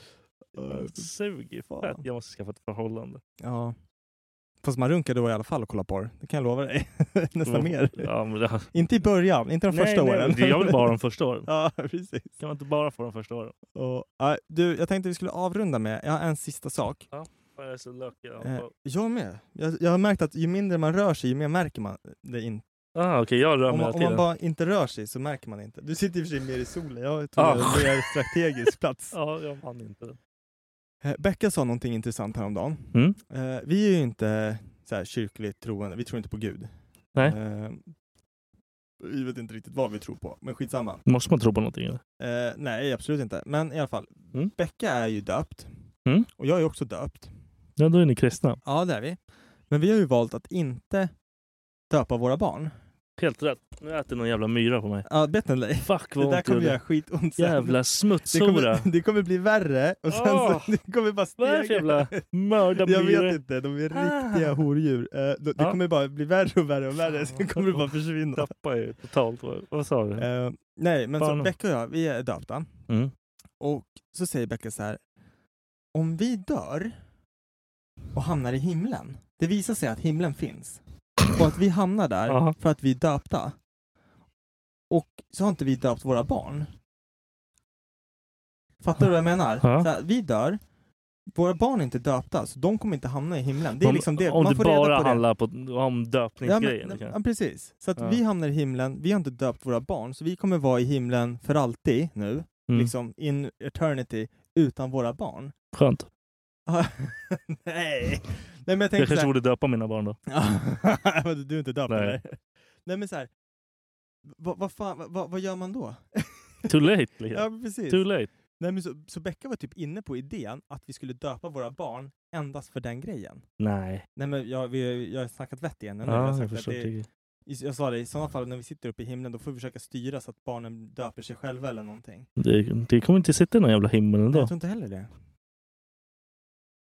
Ja, Det suger fan. fett. Jag måste skaffa ett förhållande. Ja. Fast man runkar då i alla fall och kollar porr. Det kan jag lova dig. Nästan mer. Mm. Ja, men det, Inte i början, inte de nej, första nej, åren. det- Jag vill bara ha de första åren. ja, precis. Kan man inte bara få de första åren? Och, ja, du, jag tänkte vi skulle avrunda med, jag har en sista sak. Jag är så lökig. Eh, Ja. jag med. Jag, jag har märkt att ju mindre man rör sig, ju mer märker man det inte. Ah, Okej, jag rör Om mig hela man, om man tiden. bara inte rör sig så märker man det inte. Du sitter i och för sig mer i solen. Jag tog Ah. en mer strategisk plats. Ja, jag vann inte. Eh, Becka sa någonting intressant häromdagen. Mm. Eh, vi är ju inte så här, kyrkligt troende. Vi tror inte på Gud. Nej. Eh, vi vet inte riktigt vad vi tror på, men skitsamma. Måste man tro på någonting? Eller? Eh, nej, absolut inte. Men i alla fall. Mm. Becka är ju döpt. Mm. Och jag är också döpt. Ja, då är ni kristna. Ja, det är vi. Men vi har ju valt att inte döpa våra barn. Helt rätt. Nu äter någon jävla myra på mig. Ja, bett en lej. Fuck vad Det där ont det kommer göra gjorde. skitont sen. Jävla det, smutshora. kommer, det kommer bli värre och sen Åh! så, det kommer bara Vad stega. är det för jävla mördarmyror? Jag vet inte, de är riktiga Ah. hordjur. Eh, de- det Ja. kommer bara bli värre och värre och värre, Fan, sen kommer det bara försvinna. tappar ju totalt. Vad vad sa du? Eh, nej, men så Barnen. Becka och jag, vi är döpta. Mm. Och så säger Becka så här, om vi dör och hamnar i himlen, det visar sig att himlen finns och att vi hamnar där Ja. för att vi är döpta. Och så har inte vi döpt våra barn. Fattar du vad jag menar? Ja. Så här, vi dör, våra barn är inte döpta, så de kommer inte hamna i himlen. Det är Om- liksom det. Om Man det får reda bara på det. handlar på, om Ja, döpningsgrejen. men, kanske. ja, precis. Så att Ja. vi hamnar i himlen, vi har inte döpt våra barn, så vi kommer vara i himlen för alltid nu, Mm. liksom in eternity, utan våra barn. Skönt. Nej. Nej men jag Jag tänker kanske såhär, borde döpa mina barn då. borde... du är inte döpt Nej. Nej. Nej men såhär, vad vad fan, vad- vad vad gör man då? Too late. Liksom. ja precis. Too late. Nej men så, så Becka var typ inne på idén att vi skulle döpa våra barn endast för den grejen. Nej. Nej men jag, vi, jag har snackat vett igen nu. jag, har Ja, sagt jag att förstår. det- Det... Jag sa det, i sådana fall när vi sitter uppe i himlen då får vi försöka styra så att barnen döper sig själva eller någonting. Det, det kommer inte sitta i någon jävla himmel ändå. Jag tror inte heller det.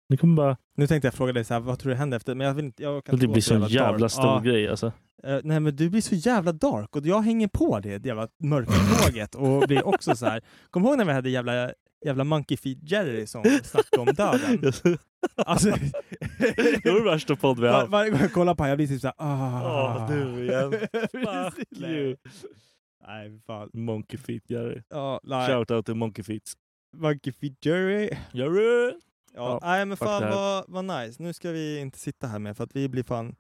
Det kommer bara... Nu tänkte jag fråga dig så här, vad tror du händer efter? Men jag vill inte, jag kan inte Det gå blir så så jävla dark. stor Ja, grej alltså. eh, nej men du blir så jävla dark och jag hänger på det jävla mörkertåget och blir också så här. Kom ihåg när vi hade jävla jävla Monkey Feet Jerry som snackade om döden. alltså, det var det värsta podd vi har var, haft. varje gång jag kollar på honom, jag blir typ såhär ah. Åh, du igen. Precis. Fuck you. Nej, fan. Monkey feet Jerry. Ja, nej. Shout out till Monkey feet. Monkey Feet Jerry. Jerry! Ja, nej men fuck det fan här. vad, vad nice. Nu ska vi inte sitta här med för att vi blir fan...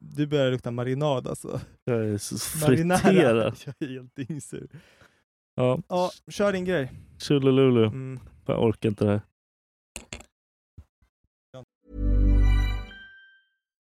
Du börjar lukta marinad alltså. Jag är så Marinara. friterad. Jag är helt dyngsur. Ja, Ja, kör din grej. tjolilulu. Mm. Jag orkar inte det här.